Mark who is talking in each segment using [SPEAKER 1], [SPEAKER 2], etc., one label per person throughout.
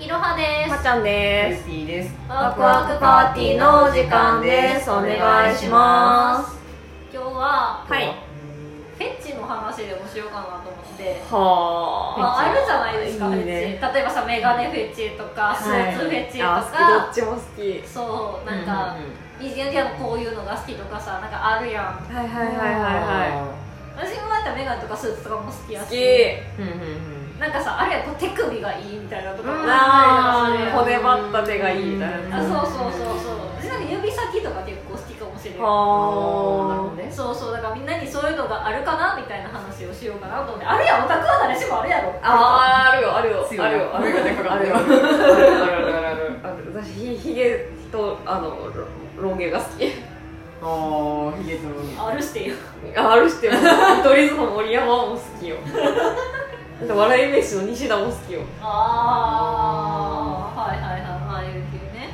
[SPEAKER 1] いろはで
[SPEAKER 2] まっ
[SPEAKER 1] す
[SPEAKER 2] ちゃんで
[SPEAKER 3] ティーです
[SPEAKER 2] すワクワクパーティーのお時間ですお願いします
[SPEAKER 1] 今日は
[SPEAKER 2] はい
[SPEAKER 1] フェッチの話でもしようかなと思ってま
[SPEAKER 2] は
[SPEAKER 1] あ、あるじゃないですか
[SPEAKER 2] いいね
[SPEAKER 1] フェッチ例えばさメガネフェッチとかスーツフェッチとか、
[SPEAKER 2] あ好きどっちも好き
[SPEAKER 1] そうなんか、
[SPEAKER 3] うんうん
[SPEAKER 1] 水着のでもこういうのが好きとかさなんかあるやん
[SPEAKER 2] はいはいはいはいは
[SPEAKER 1] 私もだったらメガネとかスーツとかも好き
[SPEAKER 2] い
[SPEAKER 1] やし
[SPEAKER 2] 好き
[SPEAKER 3] うんうんうん
[SPEAKER 1] なんかさあれやこう手首がいいみたいなとかも
[SPEAKER 3] うん
[SPEAKER 1] あったりと
[SPEAKER 2] あ
[SPEAKER 1] かするやん
[SPEAKER 2] 骨張った手がいいみたい
[SPEAKER 1] あ
[SPEAKER 2] なやつ
[SPEAKER 1] そうそうそうそう私なんか指先とか結構好きかもしれない
[SPEAKER 3] あーなる
[SPEAKER 2] は
[SPEAKER 3] ほ
[SPEAKER 2] あ
[SPEAKER 3] どね
[SPEAKER 1] そうそうだからみんなにそういうのがあるかなみたいな話をしようかなと思ってあるやんオタクは誰しもあるやろ
[SPEAKER 2] あーあるよあるよ
[SPEAKER 3] 強い
[SPEAKER 2] あるよあるよあるよある私ひひげとあのロロン毛が好き
[SPEAKER 3] ああヒゲと
[SPEAKER 1] あるしてよ
[SPEAKER 2] あ るしても見取り図の森山も好きよあと笑い飯の西田も好きよ
[SPEAKER 1] ああはいはいはいまあ有給ね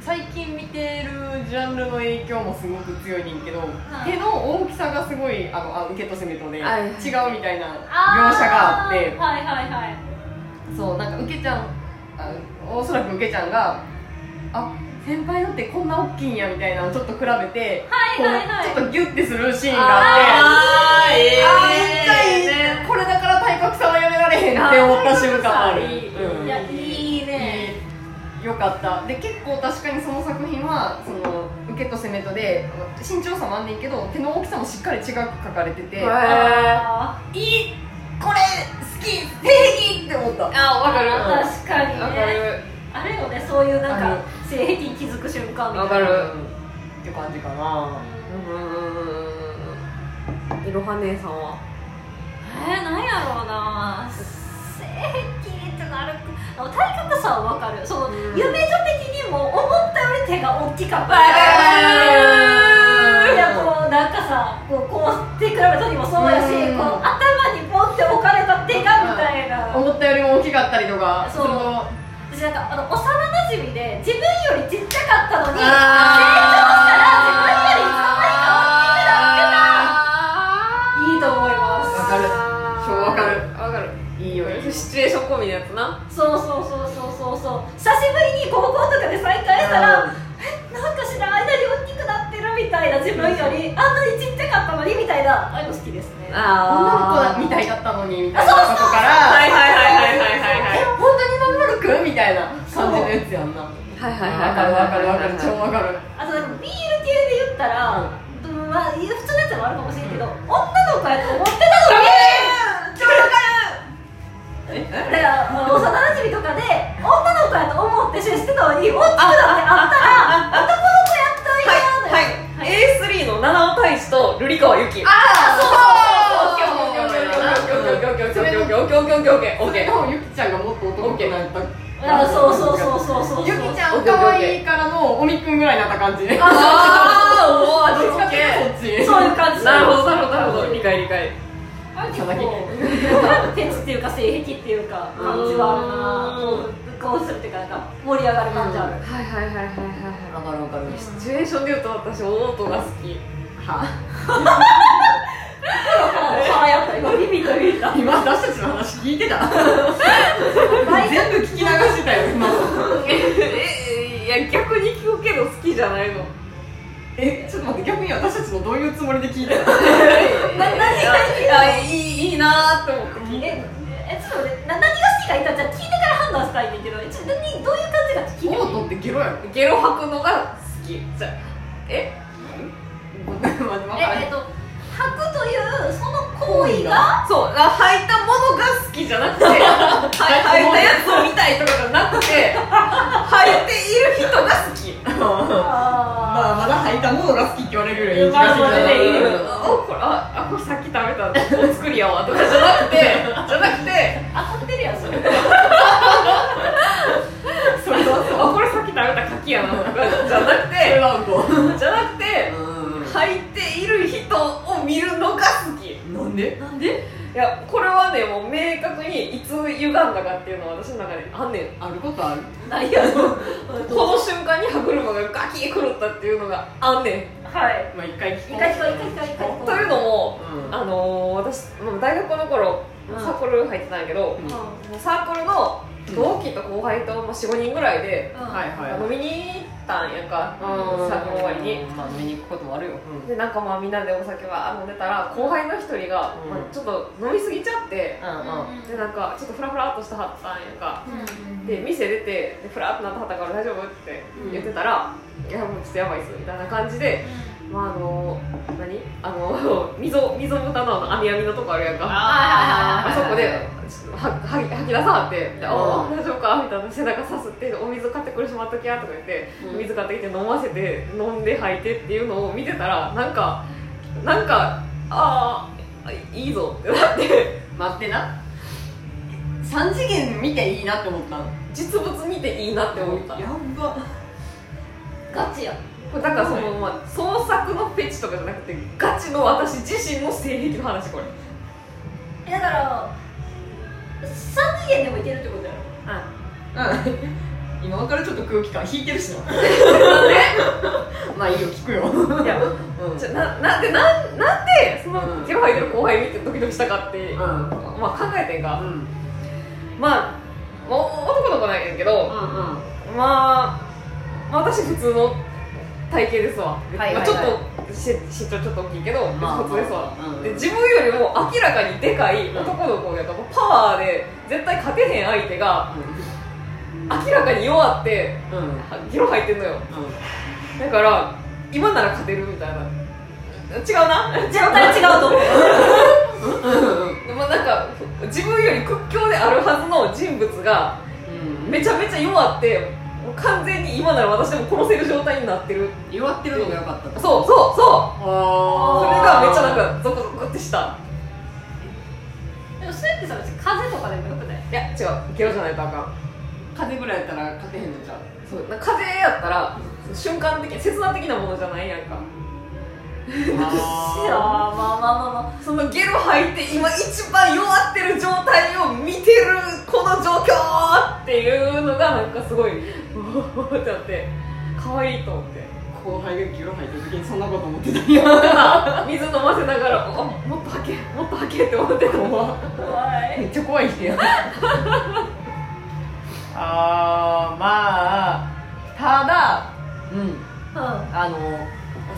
[SPEAKER 3] 最近見てるジャンルの影響もすごく強いねんけど、
[SPEAKER 1] い
[SPEAKER 3] 手の大きさがすごいあのあ受けとしてみるとね、
[SPEAKER 2] はい
[SPEAKER 3] 違うみたいな描写があって
[SPEAKER 1] ーはいはいはい
[SPEAKER 3] そうなんか受けちゃんあおそらく受けちゃんがあ先輩のってこんな大きいんやみたいなのをちょっと比べて、
[SPEAKER 1] はいはいはい
[SPEAKER 3] こうちょっとギュッてするシーンがあって
[SPEAKER 2] あーえ
[SPEAKER 3] あー痛い、これだから体格差はやめられへんって思った瞬間ある
[SPEAKER 2] あー体格差いい
[SPEAKER 3] うん
[SPEAKER 1] いやいいね
[SPEAKER 3] よかったで結構確かにその作品はその受けと攻めとであの身長差もあんねんけど手の大きさもしっかり違く描かれてて、
[SPEAKER 2] はい
[SPEAKER 1] あ
[SPEAKER 3] いいこれ好き平気って思った
[SPEAKER 2] あわかる
[SPEAKER 1] ー確かに
[SPEAKER 2] わか
[SPEAKER 1] ね
[SPEAKER 2] る
[SPEAKER 1] あるよねそういうなん
[SPEAKER 3] あ
[SPEAKER 1] か
[SPEAKER 3] る
[SPEAKER 1] 性癖に気づく瞬間みたいな
[SPEAKER 2] わかる
[SPEAKER 3] って感じかな
[SPEAKER 2] うんうんうんうんいろは姉さんは
[SPEAKER 1] えー、なんやろうな性癖ってなるあの体格差はわかるその、
[SPEAKER 2] うん
[SPEAKER 1] 夢女的にも思ったより手が大きかった
[SPEAKER 2] わ
[SPEAKER 1] いやこうなんかさこうこう手比べた時もそうやし、
[SPEAKER 3] うん
[SPEAKER 1] こう頭にポンって置かれた手がみたいな、
[SPEAKER 3] 思ったよりも大きかったりとか
[SPEAKER 1] そう
[SPEAKER 3] その
[SPEAKER 1] 私なんかあの幼馴染で自分よりちっちゃかったのに成長したら自分より可愛い顔になってたってないいと思います
[SPEAKER 3] わかる
[SPEAKER 2] 超
[SPEAKER 3] 超わかる
[SPEAKER 2] わかる
[SPEAKER 3] いいよいいよ
[SPEAKER 2] シチュエーション込みのやつな
[SPEAKER 1] そうそうそうそうそうそう久しぶりに高校とかで再会したら、なんか知らない間に大きくなってるみたいな自分よりあんなにちっちゃかったのにみたいなああいうの好きですね
[SPEAKER 3] 女の子みた
[SPEAKER 2] い
[SPEAKER 3] いだったのにみたいなとこから
[SPEAKER 2] はいはいはいはいはいはい
[SPEAKER 3] え本当にまんまるくんみたいな感じのやつやんなわ
[SPEAKER 2] はいはいはい
[SPEAKER 3] かるわかるわかる超
[SPEAKER 2] 超
[SPEAKER 3] わかる
[SPEAKER 1] あとビール系で言ったら、うんまあ、普通のやつもあるかもしれんけど、女の子やと思ってたのに超わかるだから、まあ、幼馴染とかで女の子やと思って接してたのに大きくなってあったら男の子やったんやーのよ
[SPEAKER 2] はい
[SPEAKER 1] は
[SPEAKER 2] A3 の七尾大使と瑠璃川由紀あ
[SPEAKER 3] それのゆきちゃんがもっと男気になった
[SPEAKER 1] あそうそうそうそうそうそう
[SPEAKER 3] ゆきちゃん可愛いからのおみくんぐらいになった感じどっちかっていうとそっち
[SPEAKER 1] そういう感じ
[SPEAKER 2] なるほどなるほどなるほど理解理解
[SPEAKER 1] あ結構ペチっていうか性癖っていうか感じはあるなこうこうするっていうかなんか盛り上がる感じある、
[SPEAKER 2] はいはいはいはいはいは
[SPEAKER 3] わかるわかる
[SPEAKER 2] いシチュエーションで言うと私オートが好き
[SPEAKER 3] は
[SPEAKER 1] はやった今ビビッとビビった
[SPEAKER 3] 今私たちの話聞いてた全部聞き流してたよ今
[SPEAKER 2] えいや逆に聞くけど好きじゃないの
[SPEAKER 3] えちょっと待って逆に私たちのどういうつもりで聞いてた
[SPEAKER 1] 何
[SPEAKER 2] いやいいいいなと思って聞いて
[SPEAKER 1] ええちょっと待ってな何が好きか言ったらじゃあ聞いてから判断したいねんだけどえちょっと何どういう感じかって聞いて
[SPEAKER 3] オートってゲロやろ
[SPEAKER 2] ゲロ吐くのが好きじゃえ
[SPEAKER 3] ごめんわからん
[SPEAKER 1] ええっと吐くというその行為が
[SPEAKER 2] そうあ履いたものが好きじゃなくては履いたやつを見たいとかじゃなくて履いている人が好き
[SPEAKER 3] まあ
[SPEAKER 1] あ
[SPEAKER 3] まだ履いたものが好きって言われるよりいい気
[SPEAKER 1] ま
[SPEAKER 3] が
[SPEAKER 1] あ
[SPEAKER 3] す
[SPEAKER 1] ま
[SPEAKER 3] る
[SPEAKER 1] あ
[SPEAKER 3] けど
[SPEAKER 1] ねいいよ
[SPEAKER 2] おこれああこれさっき食べたお作りやわとかじゃなくてじゃなくて
[SPEAKER 1] 当たってるやんそれ
[SPEAKER 2] それあこれさっき食べた柿やなとかじゃなくて
[SPEAKER 3] アウト
[SPEAKER 2] じゃなくて履いている人を見るのが好きい
[SPEAKER 3] なんで
[SPEAKER 1] なんで
[SPEAKER 2] やこれはねもう明確にいつ歪んだかっていうのは私の中であんねん
[SPEAKER 3] あることある
[SPEAKER 1] ないやろ
[SPEAKER 2] この瞬間に歯車がガキ狂ったっていうのがあんね
[SPEAKER 1] はい
[SPEAKER 3] まあ一回聞
[SPEAKER 1] 一
[SPEAKER 3] こう
[SPEAKER 1] 回聞こう一回聞こう一回聞こ
[SPEAKER 2] ん
[SPEAKER 1] う
[SPEAKER 2] というのも
[SPEAKER 3] うん
[SPEAKER 2] あのー、私、まあ、大学の頃
[SPEAKER 1] うん
[SPEAKER 2] サークル入ってたんやけど、
[SPEAKER 3] うん
[SPEAKER 2] サークルの同期と後輩と45人ぐらいで
[SPEAKER 1] うん
[SPEAKER 3] はいはい
[SPEAKER 2] 飲みに行ったんやんか
[SPEAKER 3] うん
[SPEAKER 2] 作の終わりに。
[SPEAKER 3] まあ見に行くこともあるよ、うん
[SPEAKER 2] でなんかまあみんなでお酒は飲んでたら後輩の一人が、
[SPEAKER 3] うん
[SPEAKER 2] まあちょっと飲みすぎちゃって
[SPEAKER 3] うんうん
[SPEAKER 2] でなんかちょっとフラフラっとしたはったんやんか
[SPEAKER 1] うん
[SPEAKER 2] で店出てでフラっとなったはったから大丈夫って言ってたら、いやもうちょっとやばいっすみたいな感じでまああの何あの 溝溝豚のあの網網のとこあるやんか
[SPEAKER 1] あ
[SPEAKER 2] あそこでちょっとはは吐き出さはって「でああ
[SPEAKER 3] う
[SPEAKER 2] 大丈夫か?」みたいな背中さすって「お水買ってこれしまっときや」とか言って、
[SPEAKER 3] うん
[SPEAKER 2] 水買ってきて飲ませて飲んで吐いてっていうのを見てたらなんかなんかああいいぞってなって
[SPEAKER 3] 待ってな3次元見ていいなって思ったの
[SPEAKER 2] 実物見ていいなって思った
[SPEAKER 3] やっば
[SPEAKER 1] ガチや
[SPEAKER 2] これだからその、まあ、創作のフェチとかじゃなくてガチの私自身の性癖の話これ
[SPEAKER 1] えだから三次元でもいけるってことやろ
[SPEAKER 3] うん今からちょっと空気感引いてるしなまあいいよ聞くよ、う
[SPEAKER 2] いや
[SPEAKER 3] ん
[SPEAKER 2] じゃななでなんなんでその
[SPEAKER 3] うん
[SPEAKER 2] 手を履いてる後輩見てドキドキしたかって、
[SPEAKER 3] うん
[SPEAKER 2] まあ考えてんが、
[SPEAKER 3] うん
[SPEAKER 2] まあお男の子なんやけど、
[SPEAKER 3] うん
[SPEAKER 2] まあ、まあ私普通の体型ですわ、
[SPEAKER 3] はいはい
[SPEAKER 2] ま
[SPEAKER 3] はい
[SPEAKER 2] あ、ちょっとし身長ちょっと大きいけど、
[SPEAKER 3] まあ
[SPEAKER 2] 普通ですわ、
[SPEAKER 3] うん
[SPEAKER 2] で自分よりも明らかにでかい男の子やから、パワーで絶対勝てへん相手が明らかに弱って
[SPEAKER 3] うんうん
[SPEAKER 2] ギロ入ってんのよだから今なら勝てるみたいな違うな違う
[SPEAKER 1] 絶対違うと思う
[SPEAKER 2] まあなんか自分より屈強であるはずの人物が
[SPEAKER 3] うん
[SPEAKER 2] めちゃめちゃ弱ってもう完全に今なら私でも殺せる状態になってる
[SPEAKER 3] 弱ってるのが良かった
[SPEAKER 2] そうそうそうそれが
[SPEAKER 3] あ
[SPEAKER 2] めっちゃなんかゾクゾクってした
[SPEAKER 1] でもそれってさ別に風とかでもよくない
[SPEAKER 2] いや違うゲロじゃないとあかん
[SPEAKER 3] 風ぐらいやったら勝てへんのじゃ
[SPEAKER 2] そうなんか風邪やったら瞬間的切断的なものじゃないやんか
[SPEAKER 1] いや
[SPEAKER 3] あ
[SPEAKER 1] まあまあまあまあ
[SPEAKER 2] そのゲロ吐いて今一番弱ってる状態を見てるこの状況っていうのがなんかすごいう おーってなって可愛いと思って
[SPEAKER 3] 後輩がギロ入った時にそんなこと思ってたよ
[SPEAKER 2] 水飲ませながらおもっと吐けもっと吐けって思ってたもん
[SPEAKER 1] 怖い
[SPEAKER 3] めっちゃ怖い人やあーまあただうん
[SPEAKER 1] うんは
[SPEAKER 3] あの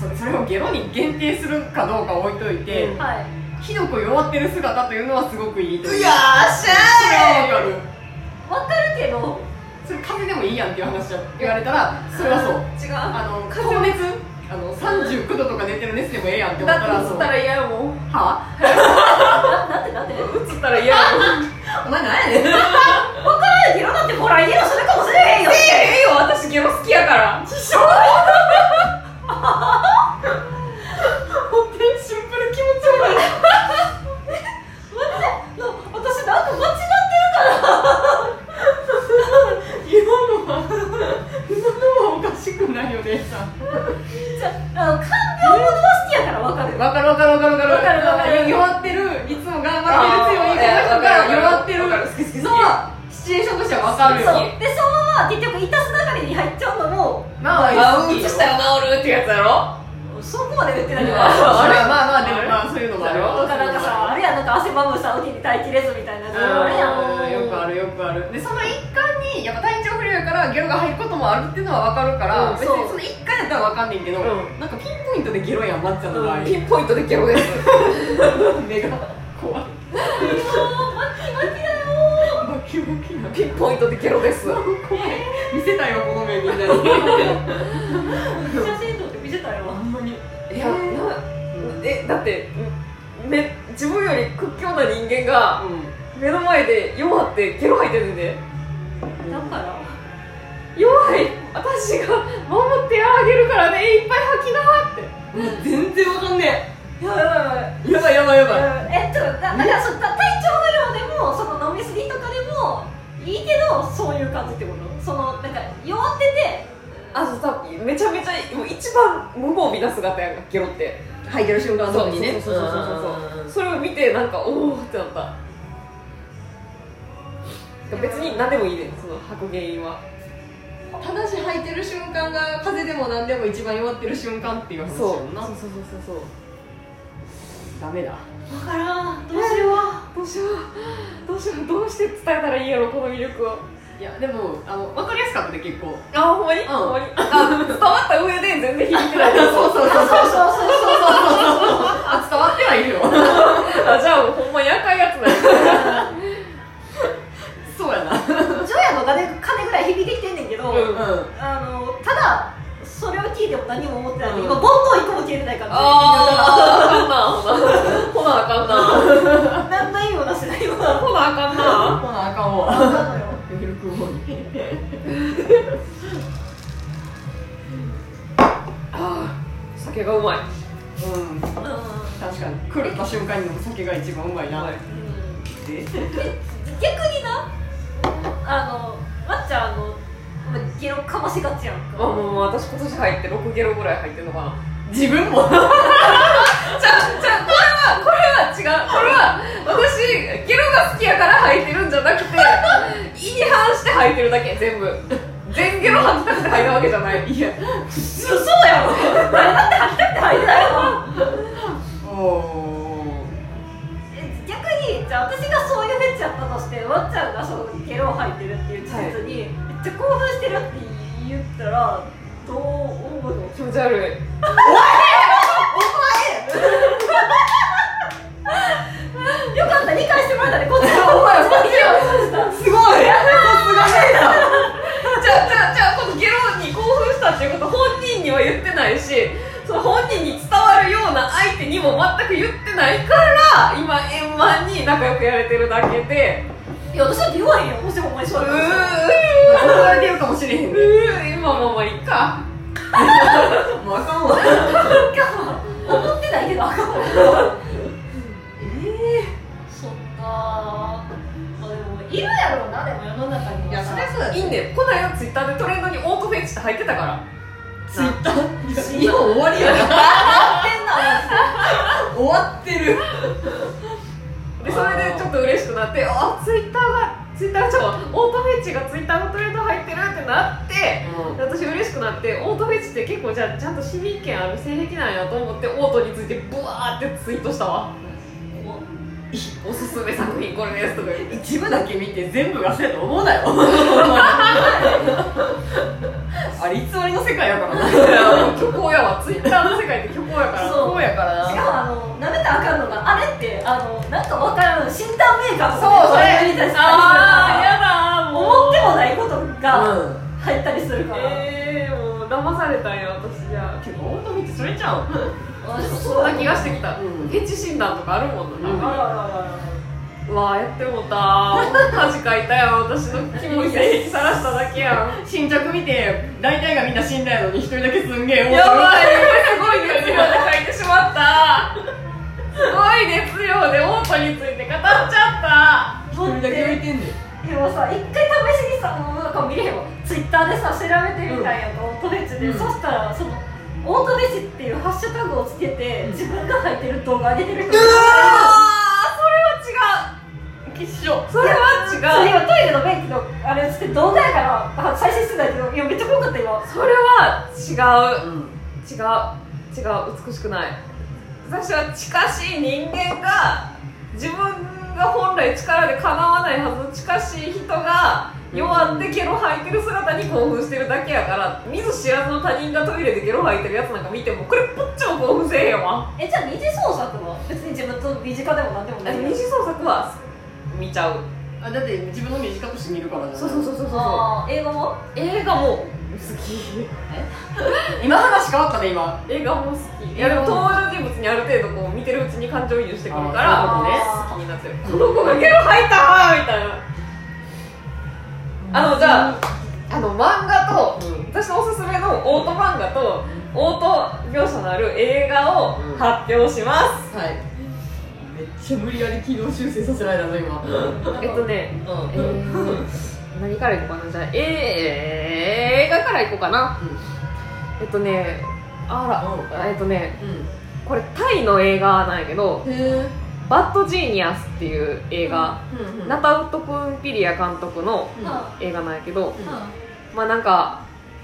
[SPEAKER 3] それそれをゲロに限定するかどうか置いといて、
[SPEAKER 2] うん
[SPEAKER 1] い
[SPEAKER 3] ひどく弱ってる姿というのはすごくいいという
[SPEAKER 2] やーし
[SPEAKER 3] それはわ
[SPEAKER 1] わ
[SPEAKER 3] かる
[SPEAKER 1] かるけど
[SPEAKER 3] それ風でもいいやんっていう話を言われたらそれはそう
[SPEAKER 2] 違うあ
[SPEAKER 3] あの高熱あの39度とか出てる熱でもええやんって思った
[SPEAKER 2] だ
[SPEAKER 3] ら
[SPEAKER 2] って映っ
[SPEAKER 3] そう
[SPEAKER 2] た
[SPEAKER 3] は
[SPEAKER 2] ら嫌やもん
[SPEAKER 3] あ
[SPEAKER 1] ななんでなんで
[SPEAKER 2] 映
[SPEAKER 1] わからないけどだって
[SPEAKER 2] ったら嫌やもん
[SPEAKER 3] お前何やねん
[SPEAKER 1] ほら家のそれかもしれへんよ
[SPEAKER 2] ええよ私ゲロ好きやから
[SPEAKER 3] 師匠本当にシンプル気持ち 悪い
[SPEAKER 1] な私なんか間違って
[SPEAKER 3] 今のは今のはおかしくないよ姉さん
[SPEAKER 1] るじゃあの看病ものは好きやからわかる
[SPEAKER 3] わかるわかるわかるわかる
[SPEAKER 1] わかるわかる
[SPEAKER 3] 弱ってるいつも頑張ってる強いこの人が弱ってる
[SPEAKER 2] わかる好き好き好き
[SPEAKER 3] のはシチュエーションとしてはわかる
[SPEAKER 1] そう
[SPEAKER 3] よ
[SPEAKER 1] でそのまま結局いたす流れに入っちゃうのも
[SPEAKER 3] ま
[SPEAKER 2] あう
[SPEAKER 3] あ
[SPEAKER 2] んちしたら治るってやつやろ
[SPEAKER 1] そこまで言ってない
[SPEAKER 2] あ
[SPEAKER 1] わ
[SPEAKER 2] そう
[SPEAKER 3] あれまあまあでもまあそういうのもあるよ
[SPEAKER 1] とかなんかさあれやなんか汗ばむさの時に耐えきれずみたいなやつあれやん
[SPEAKER 3] うんよくあるよくあるでその一環にやっぱ体調不良やからゲロが入ることもあるっていうのはわかるから、
[SPEAKER 2] うん
[SPEAKER 3] 別
[SPEAKER 1] そ
[SPEAKER 3] に
[SPEAKER 1] う
[SPEAKER 3] その一環やったらわかんねんけど、
[SPEAKER 2] う
[SPEAKER 3] なんかピンポイントでゲロやんまっちゃんの場合、
[SPEAKER 2] ピンポイントでゲロです
[SPEAKER 3] 目が怖いバキバキだよバキバキ
[SPEAKER 2] ピンポイントでゲロです
[SPEAKER 3] だ怖い見せたよこの目みんなに
[SPEAKER 1] めっちゃ鮮度って見せたよ
[SPEAKER 3] あんまり
[SPEAKER 2] いやなえだってめ自分より屈強な人間が
[SPEAKER 3] う
[SPEAKER 2] 目の前で弱ってゲロ吐いてるんで
[SPEAKER 3] ん
[SPEAKER 1] だから
[SPEAKER 2] 弱い私が守ってあげるからねいっぱい吐きなーって
[SPEAKER 3] もう全然わかんね
[SPEAKER 1] いやいやいやいや
[SPEAKER 3] えやばいやばいやばい
[SPEAKER 1] えっとだだからその体調不良でもその飲みすぎとかでもいいけどそういう感じってことそのなんか弱ってて
[SPEAKER 2] あとさめちゃめちゃもう一番無防備な姿やんかゲロって
[SPEAKER 3] 吐いてる瞬間
[SPEAKER 2] そう
[SPEAKER 3] にね
[SPEAKER 2] そうそうそうそうそうそれを見てなんかおおってなった別に何でもいいねその吐く原因は
[SPEAKER 3] ただし吐いてる瞬間が風邪でも何でも一番弱ってる瞬間っていう話
[SPEAKER 2] そう
[SPEAKER 3] やもんな
[SPEAKER 2] そうそうそうそう
[SPEAKER 3] ダメだ
[SPEAKER 1] 分からんどうしよう
[SPEAKER 2] どうしようどうしようどうして伝えたらいいやろこの魅力を
[SPEAKER 4] いやでもあの分かりやすかったで結構
[SPEAKER 2] あほんまに、
[SPEAKER 4] ん
[SPEAKER 2] ほんまにあ伝わった上で全然響いてない
[SPEAKER 4] そうそうそうそうそうあ伝わってはいるよ
[SPEAKER 2] あじゃあほんまに赤いやつだよ
[SPEAKER 4] そうやな
[SPEAKER 1] ジョヤの金金ぐらい響いてきてんねんけど、
[SPEAKER 2] うん
[SPEAKER 4] うん
[SPEAKER 1] あのただそれを聞いても何も思ってないんで、
[SPEAKER 4] うん
[SPEAKER 1] 今ボンボン一個も消えてないから
[SPEAKER 2] あああかんなほなほなほなあかんな
[SPEAKER 1] 何の意味もなしてないような
[SPEAKER 2] ほなあかんな
[SPEAKER 4] ほなあかんわ
[SPEAKER 1] 分かんないよ
[SPEAKER 4] ミルクボーイ
[SPEAKER 2] あー酒がうまい
[SPEAKER 4] うん確かに狂った瞬間にお酒が一番うまいなって
[SPEAKER 1] 逆になあのまっちゃんあのゲロかましがちやん
[SPEAKER 2] あ
[SPEAKER 1] か
[SPEAKER 2] もう私今年入って6ゲロぐらい入ってんのかな
[SPEAKER 4] 自分も
[SPEAKER 2] じゃあじゃあこれはこれは違うこれは私ゲロが好きやから吐いてるんじゃなくて意に反して吐いてるだけ全部全ゲロ吐きたくて吐いたわけじゃないいや
[SPEAKER 1] そうやろだって吐きたくて吐いてないわ
[SPEAKER 4] おー
[SPEAKER 1] え逆にじゃあ私がそういうフェチやったとしてわっちゃんがそのゲロを吐いてるっていう事実に、めっちゃ興奮してるって言ったらどう思うの
[SPEAKER 2] 気持ち悪い
[SPEAKER 1] よかった理解してもらえたねこっちは お前は
[SPEAKER 4] すごい
[SPEAKER 2] じゃあじゃあじゃあこのゲロに興奮したっていうこと本人には言ってないしその本人に伝わるような相手にも全く言ってないから今円満に仲良くやれてるだけで
[SPEAKER 1] いや私だって言わへんよもしほんまにそうう
[SPEAKER 2] ー
[SPEAKER 1] やったら
[SPEAKER 4] 怒られてるかもしれへん
[SPEAKER 2] う
[SPEAKER 4] ね
[SPEAKER 2] ー今もまあいいか
[SPEAKER 4] もうあかんわ
[SPEAKER 1] 思ってないけどあかんええそっかまあでもいるやろうなでも世の中にはい
[SPEAKER 4] やそりゃそうだ
[SPEAKER 2] いいねこないだツイッターでトレンドにオートフェチって入ってたから
[SPEAKER 4] ツイッター日本終わりやな
[SPEAKER 1] 変な
[SPEAKER 4] 終わってる
[SPEAKER 2] でそれでちょっと嬉しくなってあツイッターがツイッターがちょっとオートフェチがツイッターのトレンド入ってるってなってで私嬉しくなってオートフェチって結構じゃあちゃんと市民権ある性癖なんやと思ってオートについてブワーってツイートしたわおすすめ作品これですとか言って
[SPEAKER 4] 一部だけ見て全部がそうやと思うな よあれ偽りの世界やからな
[SPEAKER 2] 虚構やわツイッターの世界って虚構やから
[SPEAKER 1] そう
[SPEAKER 4] うやから
[SPEAKER 1] しかもあの舐めたらあかんのがあれってあのなんか分からん診断メーカーと
[SPEAKER 2] そう
[SPEAKER 1] か
[SPEAKER 2] それ
[SPEAKER 1] みたいな
[SPEAKER 2] ああやだーもう
[SPEAKER 1] 思ってもないことが
[SPEAKER 4] うん
[SPEAKER 1] 入ったりするから、
[SPEAKER 2] えー、もう騙されたんや私じゃあ
[SPEAKER 4] 結構オートミーってそれちゃう
[SPEAKER 1] 私も
[SPEAKER 2] そんな気がしてきた、
[SPEAKER 4] うん
[SPEAKER 2] フェチ診断とかあるもんな、
[SPEAKER 4] う
[SPEAKER 1] あ
[SPEAKER 4] ん
[SPEAKER 1] らあらあらあら
[SPEAKER 2] うわあやってもうた恥かいたやん私の気持ち引きさらしただけやん
[SPEAKER 4] 新着見て大体がみんな死んだやのに一人だけすんげえ思う
[SPEAKER 2] やばいすごい熱量で書いてしまったすごい熱量でオートについて語っちゃっ
[SPEAKER 4] 一人だけ浮いてんねん
[SPEAKER 1] でもさ一回試しにさもうなんか見れへんわツイッターでさ調べてみたんやんか、オートフェチで、
[SPEAKER 4] うん
[SPEAKER 1] そしたらそのオートフェチっていうハッシュタグをつけて自分が入ってる動画上げてる人がい
[SPEAKER 2] た一緒それは違
[SPEAKER 1] たそう
[SPEAKER 2] う
[SPEAKER 1] 今トイレの便器のあれつって動画やからあ最新世代っていやめっちゃ怖かった今
[SPEAKER 2] それは違う
[SPEAKER 4] うん
[SPEAKER 2] 違う違う美しくない私は近しい人間が自分が本来力でかなわないはずの近しい人が弱ってゲロ吐いてる姿に興奮してるだけやから見ず知らずの他人がトイレでゲロ吐いてるやつなんか見てもこれぽっちも興奮せえへんわ
[SPEAKER 1] えじゃあ二次創作は別に自分と身近でもなんでも
[SPEAKER 2] 二
[SPEAKER 1] ない
[SPEAKER 2] 次創作は見ちゃう
[SPEAKER 4] あだって自分の短くして見るからじゃない
[SPEAKER 2] そうそう
[SPEAKER 1] あー映画も
[SPEAKER 2] 映画も好き
[SPEAKER 4] 今話変わったね今
[SPEAKER 2] 映画も好きいやでも登場人物にある程度こう見てるうちに感情移入してくるから
[SPEAKER 1] あー
[SPEAKER 2] 好きになってるこの子がゲロ吐いたーみたいなあのじゃああの漫画と
[SPEAKER 4] うん
[SPEAKER 2] 私のおすすめのオート漫画とオート描写のある映画を
[SPEAKER 4] うん
[SPEAKER 2] 発表します、
[SPEAKER 4] はいめっちゃ無理やり軌道修正させられたぞ今
[SPEAKER 2] えっとね、
[SPEAKER 4] うん
[SPEAKER 2] えー、何からいこうかなじゃあ、えー映画からいこうかなえっとねあら、
[SPEAKER 4] うん
[SPEAKER 2] えっとね
[SPEAKER 4] う
[SPEAKER 2] これタイの映画なんやけど
[SPEAKER 4] んへ
[SPEAKER 2] 「バッドジーニアス」っていう映画、
[SPEAKER 4] え
[SPEAKER 2] ナタウト・プンピリア監督の
[SPEAKER 1] うん
[SPEAKER 2] 映画なんやけど
[SPEAKER 1] う
[SPEAKER 2] まあなんか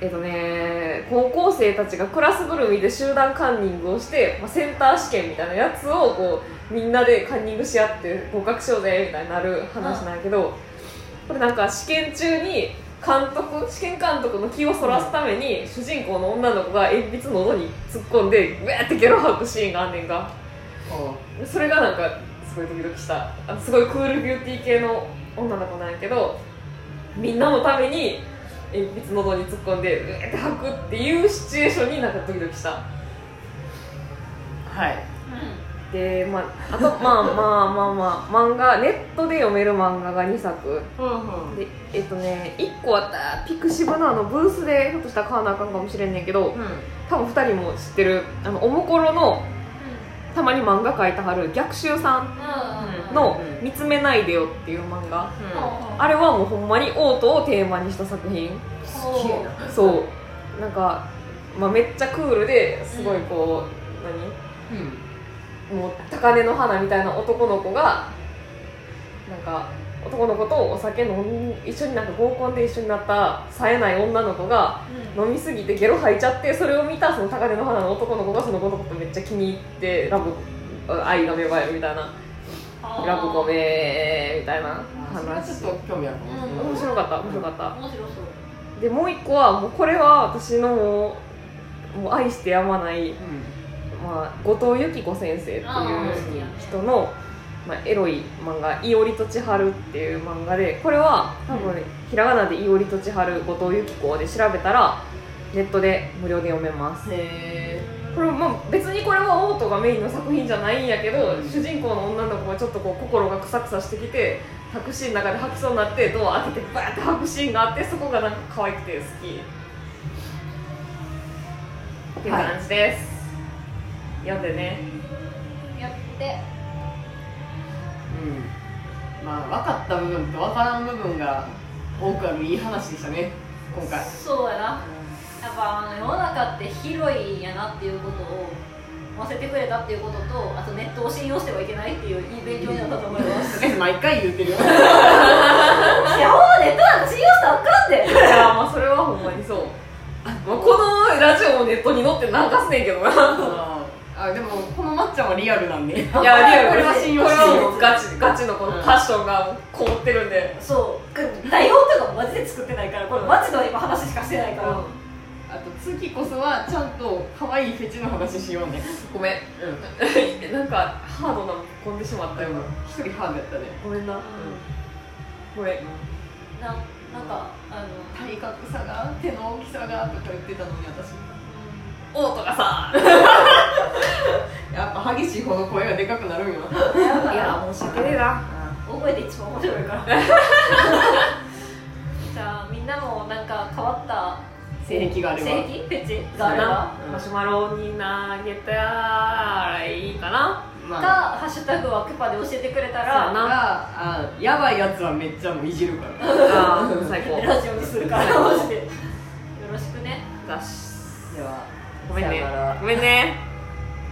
[SPEAKER 2] えっとね、高校生たちがクラスぐるみで集団カンニングをして、まあ、センター試験みたいなやつをこうみんなでカンニングし合って合格しようぜみたいになる話なんやけど、これなんか試験中に監督試験監督の気をそらすために主人公の女の子が鉛筆喉に突っ込んでグーってゲロ吐くシーンがあんねんがそれがなんかすごいドキドキしたあすごいクールビューティー系の女の子なんやけどみんなのために鉛筆喉に突っ込んでうえって吐くっていうシチュエーションになんかドキドキした
[SPEAKER 4] はい
[SPEAKER 2] でまああとまあまあまあまあ漫画ネットで読める漫画が2作
[SPEAKER 4] うん
[SPEAKER 2] でえっとね1個あったピクシブのあのブースでひょっとしたら買わなあかんかもしれんねんけど多分2人も知ってるあのおもころのたまに漫画描いてはる逆襲さんの「見つめないでよ」っていう漫画あれはもうほんまにオートをテーマにした作品そうなんか、まあ、めっちゃクールですごいこう、何もう高嶺の花みたいな男の子がなんか男の子とお酒飲み一緒になんか合コンで一緒になった冴えない女の子が飲みすぎてゲロ吐いちゃってそれを見たその高嶺の花の男の子がその子のことめっちゃ気に入ってラブ愛が芽生えるみたいなラブコメみたいな
[SPEAKER 4] それはちょっ
[SPEAKER 2] 話
[SPEAKER 4] と興味あるかもしれない
[SPEAKER 2] 面白かった面白かった
[SPEAKER 1] 面白そう
[SPEAKER 2] でもう一個はもうこれは私のもうもう愛してやまない、まあ、後藤由紀子先生っていう
[SPEAKER 1] あー好きやね
[SPEAKER 2] 人の、まあ、エロい漫画「いおりと千春」っていう漫画でこれは多分、ひらがなで「いおりと千春」後藤由紀子で調べたらネットで無料で読めます
[SPEAKER 4] へ
[SPEAKER 2] これまあ別にこれはオートがメインの作品じゃないんやけど、
[SPEAKER 4] うん
[SPEAKER 2] 主人公の女の子がちょっとこう心がクサクサしてきてタクシーの中で吐きそうになってドア開けてバーって吐くシーンがあってそこがなんか可愛くて好きっていう感じです、読んでね
[SPEAKER 1] やって
[SPEAKER 4] うんまあ分かった部分と分からん部分が多くあるいい話でしたね今回
[SPEAKER 1] そうやなやっぱあの世の中って広いんやなっていうことを忘れてくれたっていうこととあとネットを信用してはいけないっていういい勉強になったと思います
[SPEAKER 4] 毎回言ってるよ
[SPEAKER 1] いやほんまネットなんて信用したらあかんで
[SPEAKER 2] いやまあそれはほんまにそう、まあ、このラジオもネットに載って流すねんけどな
[SPEAKER 4] あでもこのまっちゃんはリアルなんで
[SPEAKER 2] いやリアル
[SPEAKER 4] これは信用
[SPEAKER 2] こ
[SPEAKER 4] し
[SPEAKER 2] れ
[SPEAKER 4] て
[SPEAKER 2] は
[SPEAKER 4] る
[SPEAKER 2] もうガチガチのこのパッションがこもってるんで、
[SPEAKER 1] そう台本とかもマジで作ってないからこれマジの今話しかしてないから、
[SPEAKER 2] うん
[SPEAKER 4] あと月こそはちゃんと可愛いフェチの話しようね
[SPEAKER 2] ごめん
[SPEAKER 4] う
[SPEAKER 2] なんかハードなの込んでしまったよ
[SPEAKER 4] ん一人ハーフやったね
[SPEAKER 2] ごめんなごめん
[SPEAKER 1] ななんかあの
[SPEAKER 4] 体格差が手の大きさがとか言ってたのに私
[SPEAKER 2] オートがさ
[SPEAKER 4] やっぱ激しいほど声がでかくなるんよ
[SPEAKER 1] やばい
[SPEAKER 2] 申し訳ねえな
[SPEAKER 1] 大声で一番面白いから じゃあみんなもなんか変わった
[SPEAKER 4] 性癖があれば
[SPEAKER 1] 性癖フェチがあれば
[SPEAKER 4] うん
[SPEAKER 2] マシュマロに投げたらいい かな
[SPEAKER 1] か
[SPEAKER 4] まあ
[SPEAKER 1] 「ハッシュタグはクパ」で教えてくれた
[SPEAKER 2] そうや
[SPEAKER 1] ら
[SPEAKER 2] な
[SPEAKER 4] があやばいやつはめっちゃもういじるから
[SPEAKER 2] あー最高
[SPEAKER 1] ラジオにするからマジでよろしくね
[SPEAKER 2] だし
[SPEAKER 4] では
[SPEAKER 2] ごめん
[SPEAKER 4] さ
[SPEAKER 2] ね
[SPEAKER 4] よなら
[SPEAKER 2] ごめんね